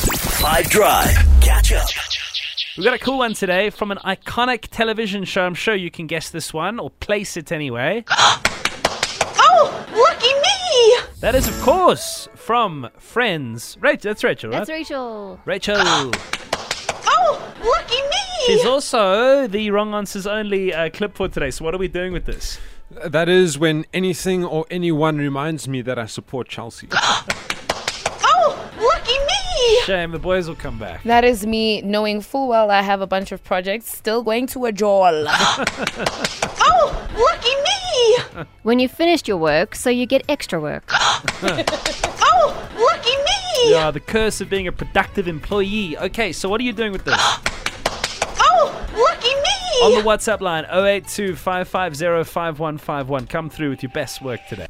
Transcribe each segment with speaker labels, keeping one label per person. Speaker 1: Five Drive. Catch up.
Speaker 2: We've got a cool one today from an iconic television show. I'm sure you can guess this one or place it anyway.
Speaker 3: Oh, lucky me!
Speaker 2: That is, of course, from Friends. Rachel, that's Rachel, right?
Speaker 4: That's Rachel.
Speaker 2: Rachel.
Speaker 3: Oh, lucky me!
Speaker 2: She's also the wrong answers only uh, clip for today. So what are we doing with this?
Speaker 5: That is when anything or anyone reminds me that I support Chelsea.
Speaker 3: Oh, lucky me!
Speaker 2: Shame the boys will come back.
Speaker 6: That is me knowing full well I have a bunch of projects still going to a drawl.
Speaker 3: Oh, lucky me!
Speaker 4: When you've finished your work, so you get extra work.
Speaker 3: Oh, lucky me!
Speaker 2: Yeah, the curse of being a productive employee. Okay, so what are you doing with this?
Speaker 3: Oh, lucky
Speaker 2: On
Speaker 3: me!
Speaker 2: the WhatsApp line 082 5151. Come through with your best work today.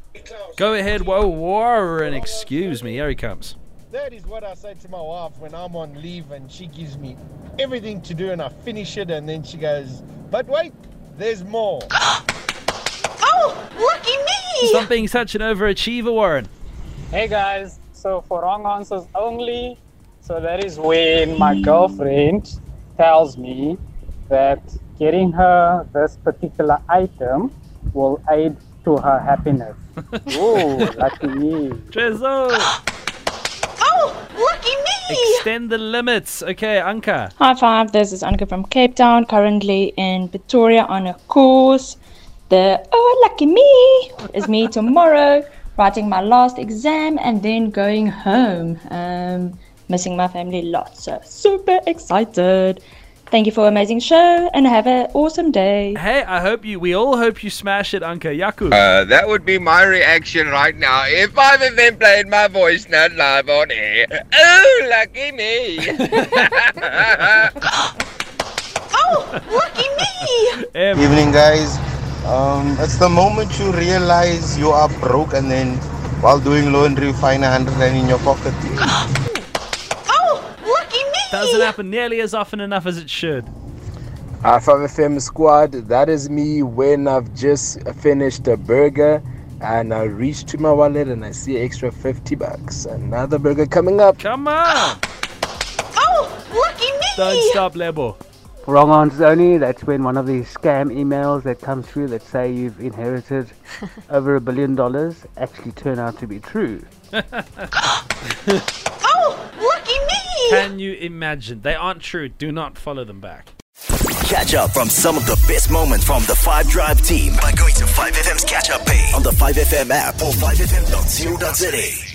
Speaker 2: Go ahead, whoa, Warren. Excuse me. Here he comes.
Speaker 7: That is what I say to my wife when I'm on leave and she gives me everything to do and I finish it and then she goes, but wait, there's more.
Speaker 3: Oh, lucky me!
Speaker 2: Stop being such an overachiever, Warren.
Speaker 8: Hey guys, so for wrong answers only, so that is when my girlfriend tells me that getting her this particular item will aid to her happiness. Ooh, lucky me.
Speaker 2: Trezor,
Speaker 3: Oh, lucky me!
Speaker 2: extend the limits. Okay, Anka.
Speaker 9: High five, this is Annika from Cape Town, currently in Pretoria on a course. The oh, lucky me is me tomorrow, writing my last exam and then going home. Um, missing my family lots, so super excited. Thank you for an amazing show and have an awesome day.
Speaker 2: Hey, I hope you, we all hope you smash it, Anka. Yaku.
Speaker 10: Uh, that would be my reaction right now if I've even played my voice note live on air. Oh, lucky me!
Speaker 3: Oh, lucky me!
Speaker 2: M.
Speaker 11: Evening, guys. Um, it's the moment you realize you are broke, and then while doing laundry, you find a hundred rand in your pocket.
Speaker 3: Oh, lucky
Speaker 2: Doesn't
Speaker 3: me!
Speaker 2: happen nearly as often enough as it should.
Speaker 10: Alpha FM squad, that is me when I've just finished a burger and I reach to my wallet and I see extra 50 bucks. Another burger coming up.
Speaker 2: Come on.
Speaker 3: Oh, lucky
Speaker 2: Don't
Speaker 3: me!
Speaker 2: stop, Lebo.
Speaker 8: Wrong answers only, that's when one of these scam emails that come through that say you've inherited over a billion dollars actually turn out to be true.
Speaker 3: Oh, lucky me!
Speaker 2: Can you imagine? They aren't true. Do not follow them back.
Speaker 1: Catch up from some of the best moments from the Five Drive team by going to 5FM's catch up page on the 5FM app or 5FM.co.za.